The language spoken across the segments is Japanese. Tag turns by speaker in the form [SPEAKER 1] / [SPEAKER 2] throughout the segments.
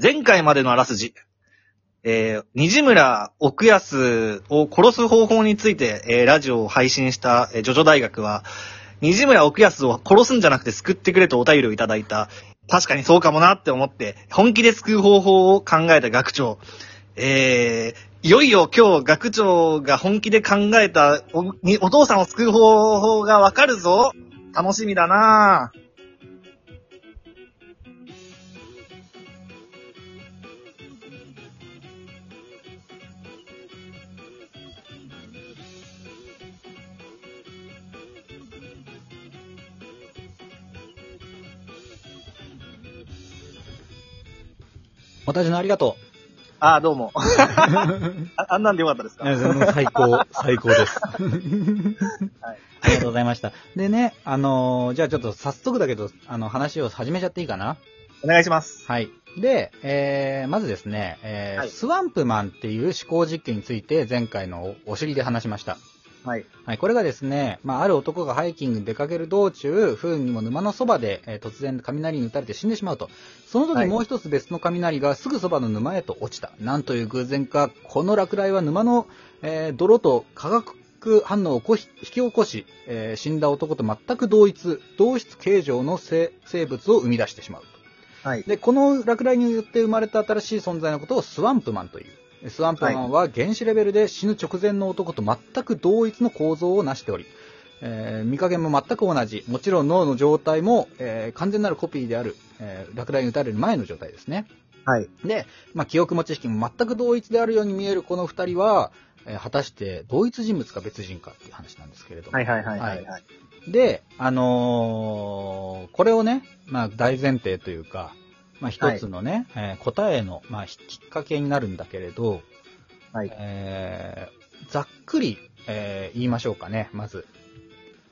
[SPEAKER 1] 前回までのあらすじ。えー、西村奥安を殺す方法について、えーラジオを配信した、えージョジョ大学は、西村奥安を殺すんじゃなくて救ってくれとお便りをいただいた。確かにそうかもなって思って、本気で救う方法を考えた学長。えー、いよいよ今日学長が本気で考えたおにお父さんを救う方法がわかるぞ。楽しみだなぁ。
[SPEAKER 2] 私のありがと
[SPEAKER 1] ああ、どうも。 ああんなんでよかったです
[SPEAKER 2] う。
[SPEAKER 1] か
[SPEAKER 2] 最高、最高です。ありがとうございました。でね、あのーじゃあちょっと早速だけど、あの、話を始めちゃっていいかな
[SPEAKER 1] お願いします。
[SPEAKER 2] はい。で、えー、まずですね、えー
[SPEAKER 1] はい
[SPEAKER 2] スワンプマンっていう思考実験について前回のおお尻で話しました。
[SPEAKER 1] はい。
[SPEAKER 2] はい、これがですね、まあ、ある男がハイキングに出かける道中、不運にも沼のそばで、えー突然雷に打たれて死んでしまうと。その
[SPEAKER 1] は
[SPEAKER 2] 時
[SPEAKER 1] い
[SPEAKER 2] もう一つ別の雷がすぐそばの沼へと落ちた。なんという偶然か、この落雷は沼の、えー泥と化学反応を起こし引き起こし、えー死んだ男と全く同一、同質形状の生生物を生み出してしまうと。
[SPEAKER 1] はい。
[SPEAKER 2] で、この落雷によって生まれた新しい存在のことをスワンプマンという。スワンプマンは原子レベルで死ぬ直前の男と全く同一の構造を成しており、えー見加減も全く同じ。もちろん脳の状態も、えー完全なるコピーである、えー落雷に打たれる前の状態ですね。
[SPEAKER 1] はい。
[SPEAKER 2] で、まあ、記憶も知識も全く同一であるように見えるこの二人は、えー果たして同一人物か別人かっていう話なんですけれども。
[SPEAKER 1] はいはいはいはいはい。
[SPEAKER 2] で、あのーこれをね、まあ大前提というか、まあ一つのね、えー答えの、まあ、きっかけになるんだけれど、
[SPEAKER 1] はい。
[SPEAKER 2] えーざっくり、えー言いましょうかね、まず。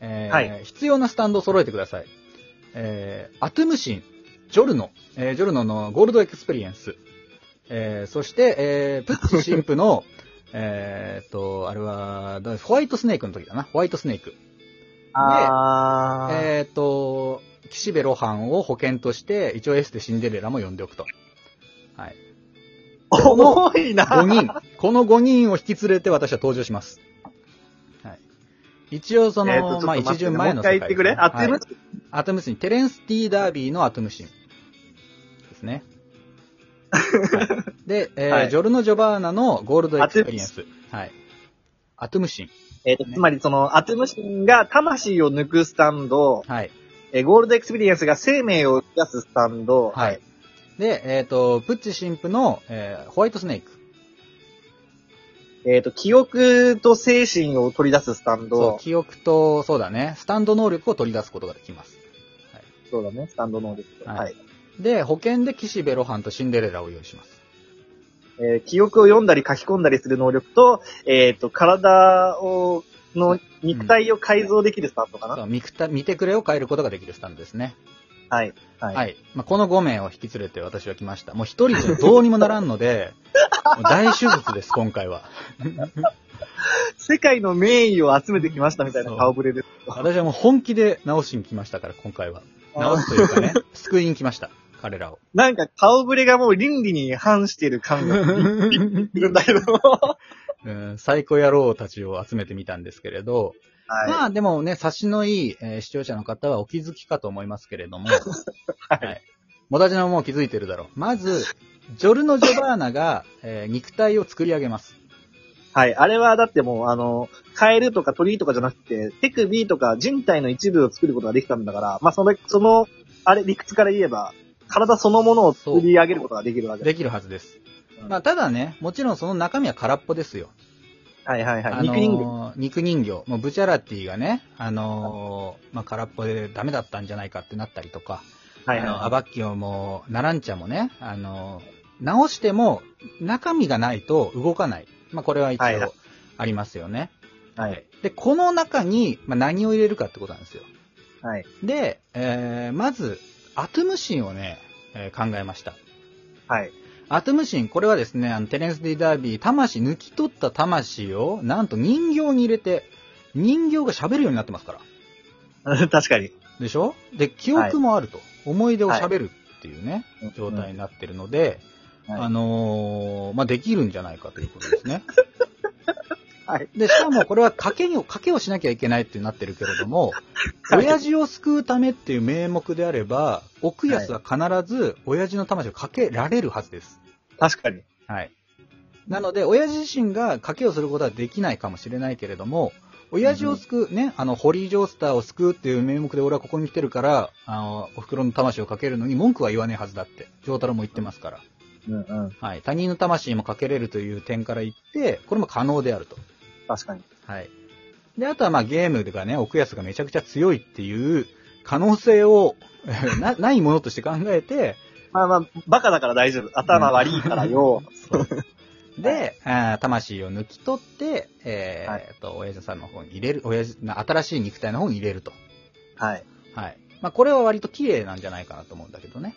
[SPEAKER 2] えー
[SPEAKER 1] は
[SPEAKER 2] 必要なスタンドを揃えてください。えーアトゥムシン、ジョルノ、えージョルノのゴールドエクスペリエンス、えーそして、えープッチ神父の、 えーっと、あれは、どうホワイトスネークの時だな、ホワイトスネーク。
[SPEAKER 1] あ ー。
[SPEAKER 2] えっ、と、岸辺露伴を保険として、一応エステシンデレラも呼んでおくと。はい。
[SPEAKER 1] 重いな
[SPEAKER 2] 5人。この5人を引き連れて私は登場します。はい。一応その、
[SPEAKER 1] えーとちょ
[SPEAKER 2] ま
[SPEAKER 1] っと待
[SPEAKER 2] あ一
[SPEAKER 1] って
[SPEAKER 2] 巡前
[SPEAKER 1] もう
[SPEAKER 2] の
[SPEAKER 1] 一
[SPEAKER 2] 世界
[SPEAKER 1] 回言っ
[SPEAKER 2] ですね、
[SPEAKER 1] てくれ。あっという間
[SPEAKER 2] はいアトムシン、テレンス・ティー・ダービーのアトムシン。ですね。はいで、えー
[SPEAKER 1] はい
[SPEAKER 2] ジョルノ・ジョバーナのゴールドエクスペリエンス。はい。アトムシン。
[SPEAKER 1] えっと、つまりその、アトムシンが魂を抜くスタンド、
[SPEAKER 2] はい。
[SPEAKER 1] えーゴールドエクスペリエンスが生命を生み出すスタンド、
[SPEAKER 2] はい。。で、えっ、と、プッチ神父の、えーホワイトスネーク。
[SPEAKER 1] えっと、記憶と精神を取り出すスタン
[SPEAKER 2] そう
[SPEAKER 1] ド、
[SPEAKER 2] 記憶と、そうだね、スタンド能力を取り出すことができます。
[SPEAKER 1] そうだね、スタンド能力。
[SPEAKER 2] はい
[SPEAKER 1] はい。
[SPEAKER 2] で、保険で岸辺露伴とシンデレラを用意します。
[SPEAKER 1] えー記憶を読んだり書き込んだりする能力と、えっと、体を、の肉体を改造できるスタンドかな
[SPEAKER 2] そう見くた見てくれを変えることができるスタンドですね。
[SPEAKER 1] はい。は。
[SPEAKER 2] はいい。まあ、この5名を引き連れて私は来ました。もう一人じゃどうにもならんの で、もう大手術です、今回は。
[SPEAKER 1] 世界の名医を集めてきましたみたいな顔ぶれです。
[SPEAKER 2] 私はもう本気で直しに来ましたから、今回は。
[SPEAKER 1] あ
[SPEAKER 2] 直すというかね、救いに来ました。彼 らを。
[SPEAKER 1] なんか顔ぶれがもう倫理に反してる感 がするんだけど。は
[SPEAKER 2] うん、サイコ野郎たちを集めてみたんですけれど、ま
[SPEAKER 1] い。
[SPEAKER 2] あでもね、察しのいい、えー視聴者の方はお気づきかと思いますけれ ども、はい。もたちのもう気づいてるだろう。まず、ジョルノ・ジョバーナが、えー肉体を作り上げます。
[SPEAKER 1] はい。あれはだってもう、あの、カエルとか鳥とかじゃなくて、手首とか人体の一部を作ることができたんだから、まあその、その、あれ、理屈から言えば、体そのものを作り上げることができるわけで
[SPEAKER 2] できるはずです
[SPEAKER 1] う。ん
[SPEAKER 2] まあ、ただね、もちろんその中身は空っぽですよ。
[SPEAKER 1] す。はいはいはい。
[SPEAKER 2] あのー
[SPEAKER 1] 肉人間。
[SPEAKER 2] 肉人形。もうブチャラティがね、あのーまあ、空っぽでダメだったんじゃないかってなったりとか、
[SPEAKER 1] はいはい
[SPEAKER 2] あの、ア
[SPEAKER 1] は
[SPEAKER 2] バッキオも、ナランチャもね、あの、直しても、中身がないと動かない。まあ、これは一
[SPEAKER 1] はいはい
[SPEAKER 2] 応、ありますよね。
[SPEAKER 1] い。はい。
[SPEAKER 2] で、この中に、まあ、何を入れるかってことなんですよ。
[SPEAKER 1] はい。
[SPEAKER 2] で、えー、まず、アトムシンをね、えー考えました。
[SPEAKER 1] はい。
[SPEAKER 2] アトムシン、これはですね、あの、テレンス・ディ・ダービー、魂、抜き取った魂を、なんと人形に入れて、人形が喋るようになってますから。
[SPEAKER 1] 確かに。
[SPEAKER 2] でしょで、記憶もあると。思い出を喋る。っていうね、
[SPEAKER 1] うん
[SPEAKER 2] 状態になってるので、
[SPEAKER 1] はい
[SPEAKER 2] あのーまあ、できるんじゃないかということですね。
[SPEAKER 1] はい。
[SPEAKER 2] で、しかもこれは賭けに、賭けをしなきゃいけないってなってるけれども、
[SPEAKER 1] はい
[SPEAKER 2] 親父を救うためっていう名目であれば、奥安は必ず親父の魂をかけられるはずです。
[SPEAKER 1] 確かに。
[SPEAKER 2] はい。なので、親父自身が賭けをすることはできないかもしれないけれども、親父を救う、ね、あの、ホリー・ジョースターを救うっていう名目で俺はここに来てるから、あの、お袋の魂をかけるのに文句は言わねえはずだって、丈太郎も言ってますから。
[SPEAKER 1] うんうん。
[SPEAKER 2] はい。他人の魂もかけれるという点から言って、これも可能であると。
[SPEAKER 1] 確かに。
[SPEAKER 2] はい。で、あとはまあゲームがね、奥安がめちゃくちゃ強いっていう可能性を な、ないものとして考えて、
[SPEAKER 1] まあまあ、バカだから大丈夫。頭悪いから よ。
[SPEAKER 2] で、あー魂を抜き取って、えー
[SPEAKER 1] はい
[SPEAKER 2] えっと、親父さんの方に入れる、親父の新しい肉体の方に入れると。
[SPEAKER 1] はい。
[SPEAKER 2] はい。まあこれは割と綺麗なんじゃないかなと思うんだけどね。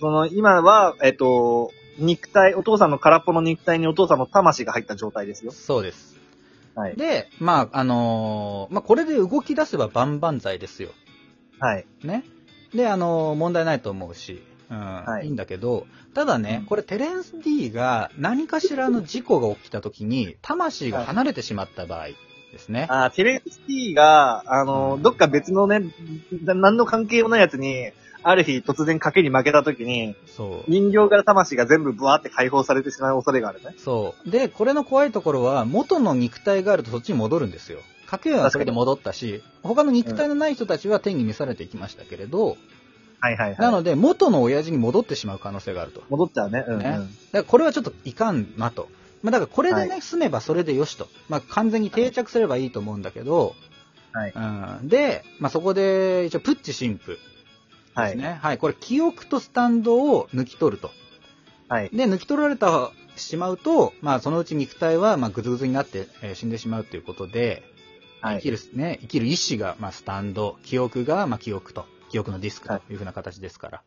[SPEAKER 1] その、今は、えっと、肉体、お父さんの空っぽの肉体にお父さんの魂が入った状態ですよ。
[SPEAKER 2] そうです。
[SPEAKER 1] はい。
[SPEAKER 2] で、まああのーまあこれで動き出せば万々歳ですよ。
[SPEAKER 1] はい。
[SPEAKER 2] ね。で、あの、問題ないと思うし、うん、
[SPEAKER 1] はい
[SPEAKER 2] い、いんだけど、ただね
[SPEAKER 1] うん、
[SPEAKER 2] これテレンス D が何かしらの事故が起きた時に、魂が離れてしまった場合ですね。
[SPEAKER 1] あーテレスティが、あのー、どっか別のね、な何の関係もないやつに、ある日突然賭けに負けた時に、
[SPEAKER 2] そう。
[SPEAKER 1] 人形から魂が全部ブワーって解放されてしまう恐れがあるね。
[SPEAKER 2] そう。で、これの怖いところは、元の肉体があるとそっちに戻るんですよ。かけはそれで戻ったし、他の肉体のない人たちは天に召されていきましたけれど、
[SPEAKER 1] はいはいはい。
[SPEAKER 2] なので、元の親父に戻ってしまう可能性があると。だか
[SPEAKER 1] 戻っちゃうね。うん、うん。
[SPEAKER 2] ねらこれはちょっといかんなと。まあ、だからこれでね、
[SPEAKER 1] は
[SPEAKER 2] 済めばそれでよしと。まあ、完全に定着すればいいと思うんだけど、
[SPEAKER 1] はい。
[SPEAKER 2] うん、で、まあ、そこで、一応、プッチ神父
[SPEAKER 1] は
[SPEAKER 2] です
[SPEAKER 1] い。
[SPEAKER 2] ね。はい、これ、記憶とスタンドを抜き取ると。
[SPEAKER 1] はい。
[SPEAKER 2] で、抜き取られたしまうと、まあ、そのうち肉体は、まあ、ぐずぐずになって、えー死んでしまうということで、
[SPEAKER 1] は
[SPEAKER 2] 生き
[SPEAKER 1] い。
[SPEAKER 2] る、ね、生きる意志が、まあ、スタンド、記憶が、まあ、記憶と、記憶のディスクというふうな形ですから。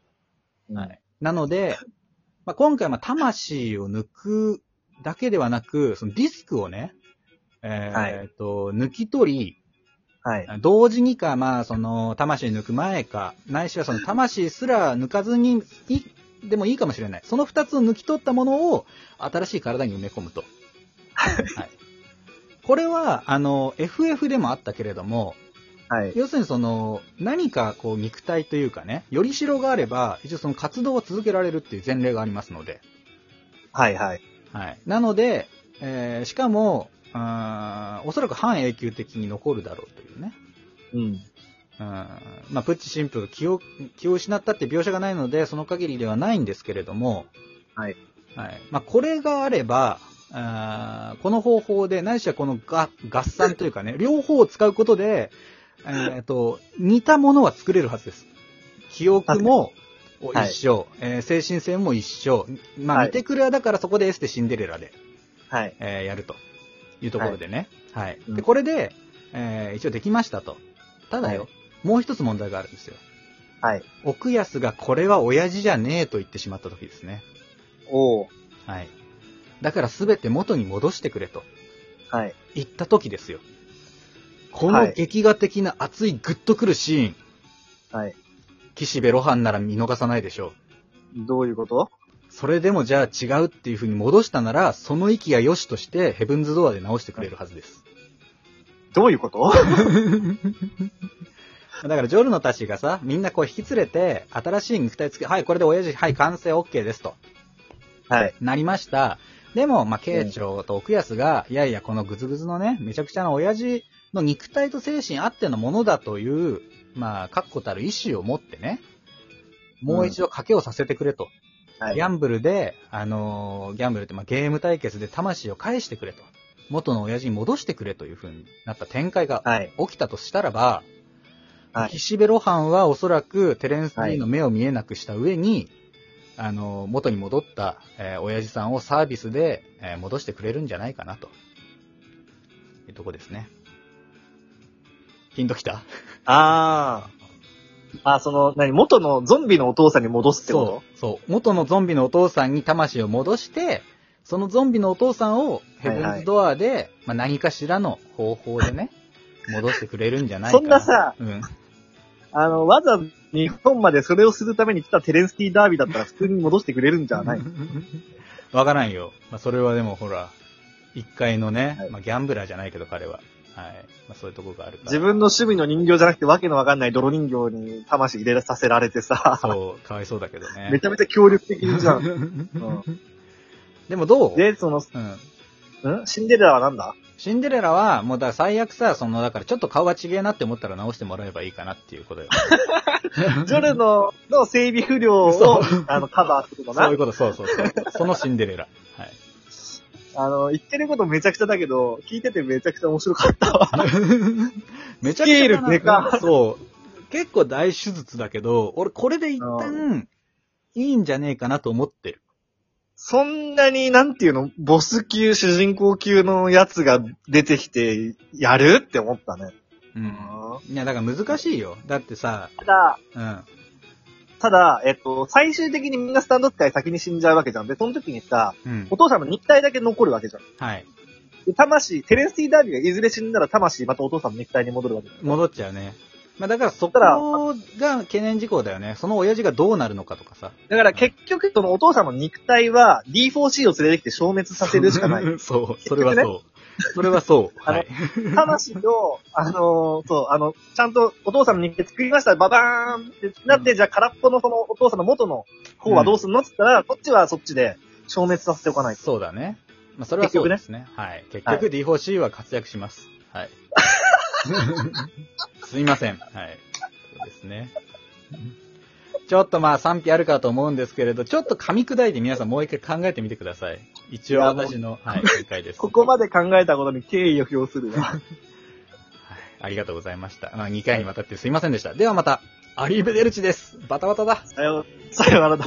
[SPEAKER 1] は
[SPEAKER 2] はい。なので、まあ、今回、まあ、魂を抜くだけではなく、そのディスクをね、えー
[SPEAKER 1] はい
[SPEAKER 2] えーっと、抜き取り、
[SPEAKER 1] はい。
[SPEAKER 2] 同時にか、まあ、その、魂抜く前か、ないしはその、魂すら抜かずに、い、でもいいかもしれない。その二つを抜き取ったものを、新しい体に埋め込 むと。はい。これは、あの、FF でもあったけれども、
[SPEAKER 1] はい。
[SPEAKER 2] 要するにその、何かこう、肉体というかね、よりしろがあれば、一応その活動は続けられるっていう前例がありますので。
[SPEAKER 1] はい。はい。
[SPEAKER 2] はい。なので、えーしかも、うーんおそらく半永久的に残るだろうというね。
[SPEAKER 1] うん。
[SPEAKER 2] うんまあ、プッチ神父が気を、気を失ったって描写がないので、その限りではないんですけれども、
[SPEAKER 1] はい。
[SPEAKER 2] はい。まあ、これがあれば、あーこの方法で、ないしはこのが合算というかね、両方を使うことで、えーと、似たものは作れるはずです。記憶も
[SPEAKER 1] はい
[SPEAKER 2] 一緒、えー精神性も一緒。ま
[SPEAKER 1] は
[SPEAKER 2] あ、
[SPEAKER 1] い
[SPEAKER 2] 見てくれはだからそこでエステシンデレラで、
[SPEAKER 1] はい。
[SPEAKER 2] えーやるというところでね。はい。
[SPEAKER 1] うん
[SPEAKER 2] で、これで、えー一応できましたと。ただよ、
[SPEAKER 1] は
[SPEAKER 2] もう一つ問題があるんですよ。
[SPEAKER 1] はい。
[SPEAKER 2] 奥安がこれは親父じゃねえと言ってしまった時ですね。
[SPEAKER 1] おー。
[SPEAKER 2] はい。だからすべて元に戻してくれと
[SPEAKER 1] はい。
[SPEAKER 2] 言った時ですよ。こ
[SPEAKER 1] は
[SPEAKER 2] の
[SPEAKER 1] い
[SPEAKER 2] 劇画的な熱いグッとくるシーン、
[SPEAKER 1] はい。
[SPEAKER 2] 岸辺露伴なら見逃さないでしょう。
[SPEAKER 1] どういうこと
[SPEAKER 2] それでもじゃあ違うっていう風に戻したなら、その息が良しとしてヘブンズドアで直してくれるはずです。
[SPEAKER 1] どういうこと
[SPEAKER 2] だから、ジョルノたちがさ、みんなこう引き連れて、新しい肉体つけ、はい、これで親父、はい、完成 OK ですと、
[SPEAKER 1] はい。
[SPEAKER 2] なりました。でも、まあ、慶長と奥安が、いやいや、このグズグズのね、めちゃくちゃな親父の肉体と精神あってのものだという、まあ、確固たる意志を持ってね、もう一度賭けをさせてくれと。
[SPEAKER 1] はい
[SPEAKER 2] ギ。ャンブルで、あのーギャンブルって、まあ、ゲーム対決で魂を返してくれと。元の親父に戻してくれという風になった展開が
[SPEAKER 1] はい。
[SPEAKER 2] 起きたとしたらば、
[SPEAKER 1] はい
[SPEAKER 2] 岸辺露伴はおそらくテレンス・
[SPEAKER 1] は
[SPEAKER 2] D
[SPEAKER 1] い
[SPEAKER 2] の目を見えなくした上に、あの、元に戻った、えー親父さんをサービスで、えー戻してくれるんじゃないかなと。いうとこですね。ピンときた
[SPEAKER 1] あー。あー、その、何元のゾンビのお父さんに戻すってこ
[SPEAKER 2] う。そう。元のゾンビのお父さんに魂を戻して、そのゾンビのお父さんをヘブンズ・ドアで、まあ、何かしらの 方法でね、戻してくれるんじゃないかな。
[SPEAKER 1] そんなさ
[SPEAKER 2] うん。
[SPEAKER 1] とあの、わざわ日本までそれをするために来たテレンスキーダービーだったら普通に戻してくれるんじゃない
[SPEAKER 2] わからんよ。まあ、それはでもほら、一回のね、
[SPEAKER 1] はい
[SPEAKER 2] まあ、ギャンブラーじゃないけど彼は。はい。まあ、そういうとこがあるから。
[SPEAKER 1] 自分の趣味の人形じゃなくてわけのわかんない泥人形に魂入れさせられてさ、
[SPEAKER 2] そう、かわいそうだけどね。
[SPEAKER 1] めちゃめちゃ協力的じ ゃん。う
[SPEAKER 2] でもどう
[SPEAKER 1] で、その、
[SPEAKER 2] うん。
[SPEAKER 1] んシンデレラはなんだ
[SPEAKER 2] シンデレラは、もうだから最悪さ、その、だからちょっと顔がちげえなって思ったら直してもらえばいいかなっていうことよ。
[SPEAKER 1] ジョルノの整備不良
[SPEAKER 2] そ
[SPEAKER 1] を
[SPEAKER 2] う、
[SPEAKER 1] あの、カバーするの
[SPEAKER 2] そう
[SPEAKER 1] な
[SPEAKER 2] いう。こと、そうそうそう。そのシンデレラ。はい。
[SPEAKER 1] あの、言ってることめちゃくちゃだけど、聞いててめちゃくちゃ面白かったわ。
[SPEAKER 2] めちゃくちゃ
[SPEAKER 1] スケールでか
[SPEAKER 2] い。そう。結構大手術だけど、俺これで一旦、いいんじゃねえかなと思ってる。
[SPEAKER 1] そんなに、なんていうの、ボス級、主人公級のやつが出てきて、やるって思ったね。
[SPEAKER 2] うん。いや、だから難しいよ。だってさ、
[SPEAKER 1] ただ、
[SPEAKER 2] うん。
[SPEAKER 1] ただ、えっと、最終的にみんなスタンド使い先に死んじゃうわけじゃん。で、その時にさ、
[SPEAKER 2] うん
[SPEAKER 1] お。父さんの肉体だけ残るわけじゃん。
[SPEAKER 2] はい。
[SPEAKER 1] で、魂、テレンスティーダービーがいずれ死んだら魂またお父さんの肉体に戻るわけだ。
[SPEAKER 2] 戻っちゃうね。まあだからそこ
[SPEAKER 1] ただ
[SPEAKER 2] が懸念事項だよね。その親父がどうなるのかとかさ。
[SPEAKER 1] だから結局、そのお父さんの肉体は D4C を連れてきて消滅させるしかない。。
[SPEAKER 2] そう。それはそう。それはそう。
[SPEAKER 1] あの
[SPEAKER 2] はい。
[SPEAKER 1] 魂を、あのーそう、あの、ちゃんとお父さんの肉体作りました、ババーンってなって、
[SPEAKER 2] うん
[SPEAKER 1] じゃあ空っぽのそのお父さんの元の方はどうすんのって言ったら、こっちはそっちで消滅させておかないと。
[SPEAKER 2] そうだね。まあ、それはそうですね。はい。結局 D4C は活躍します。はい。 すみません。はい。そうですね。ちょっとまあ賛否あるかと思うんですけれど、ちょっと噛み砕いて皆さんもう一回考えてみてください。一応
[SPEAKER 1] いやもう
[SPEAKER 2] 私の、はい、見解です。
[SPEAKER 1] ここまで考えたことに敬意を表するわ。
[SPEAKER 2] はいありがとうございました。まあ2回にわたってすいませんでした。ではまた、アリーベデルチです。バタバタだ。
[SPEAKER 1] さよ、さよならだ。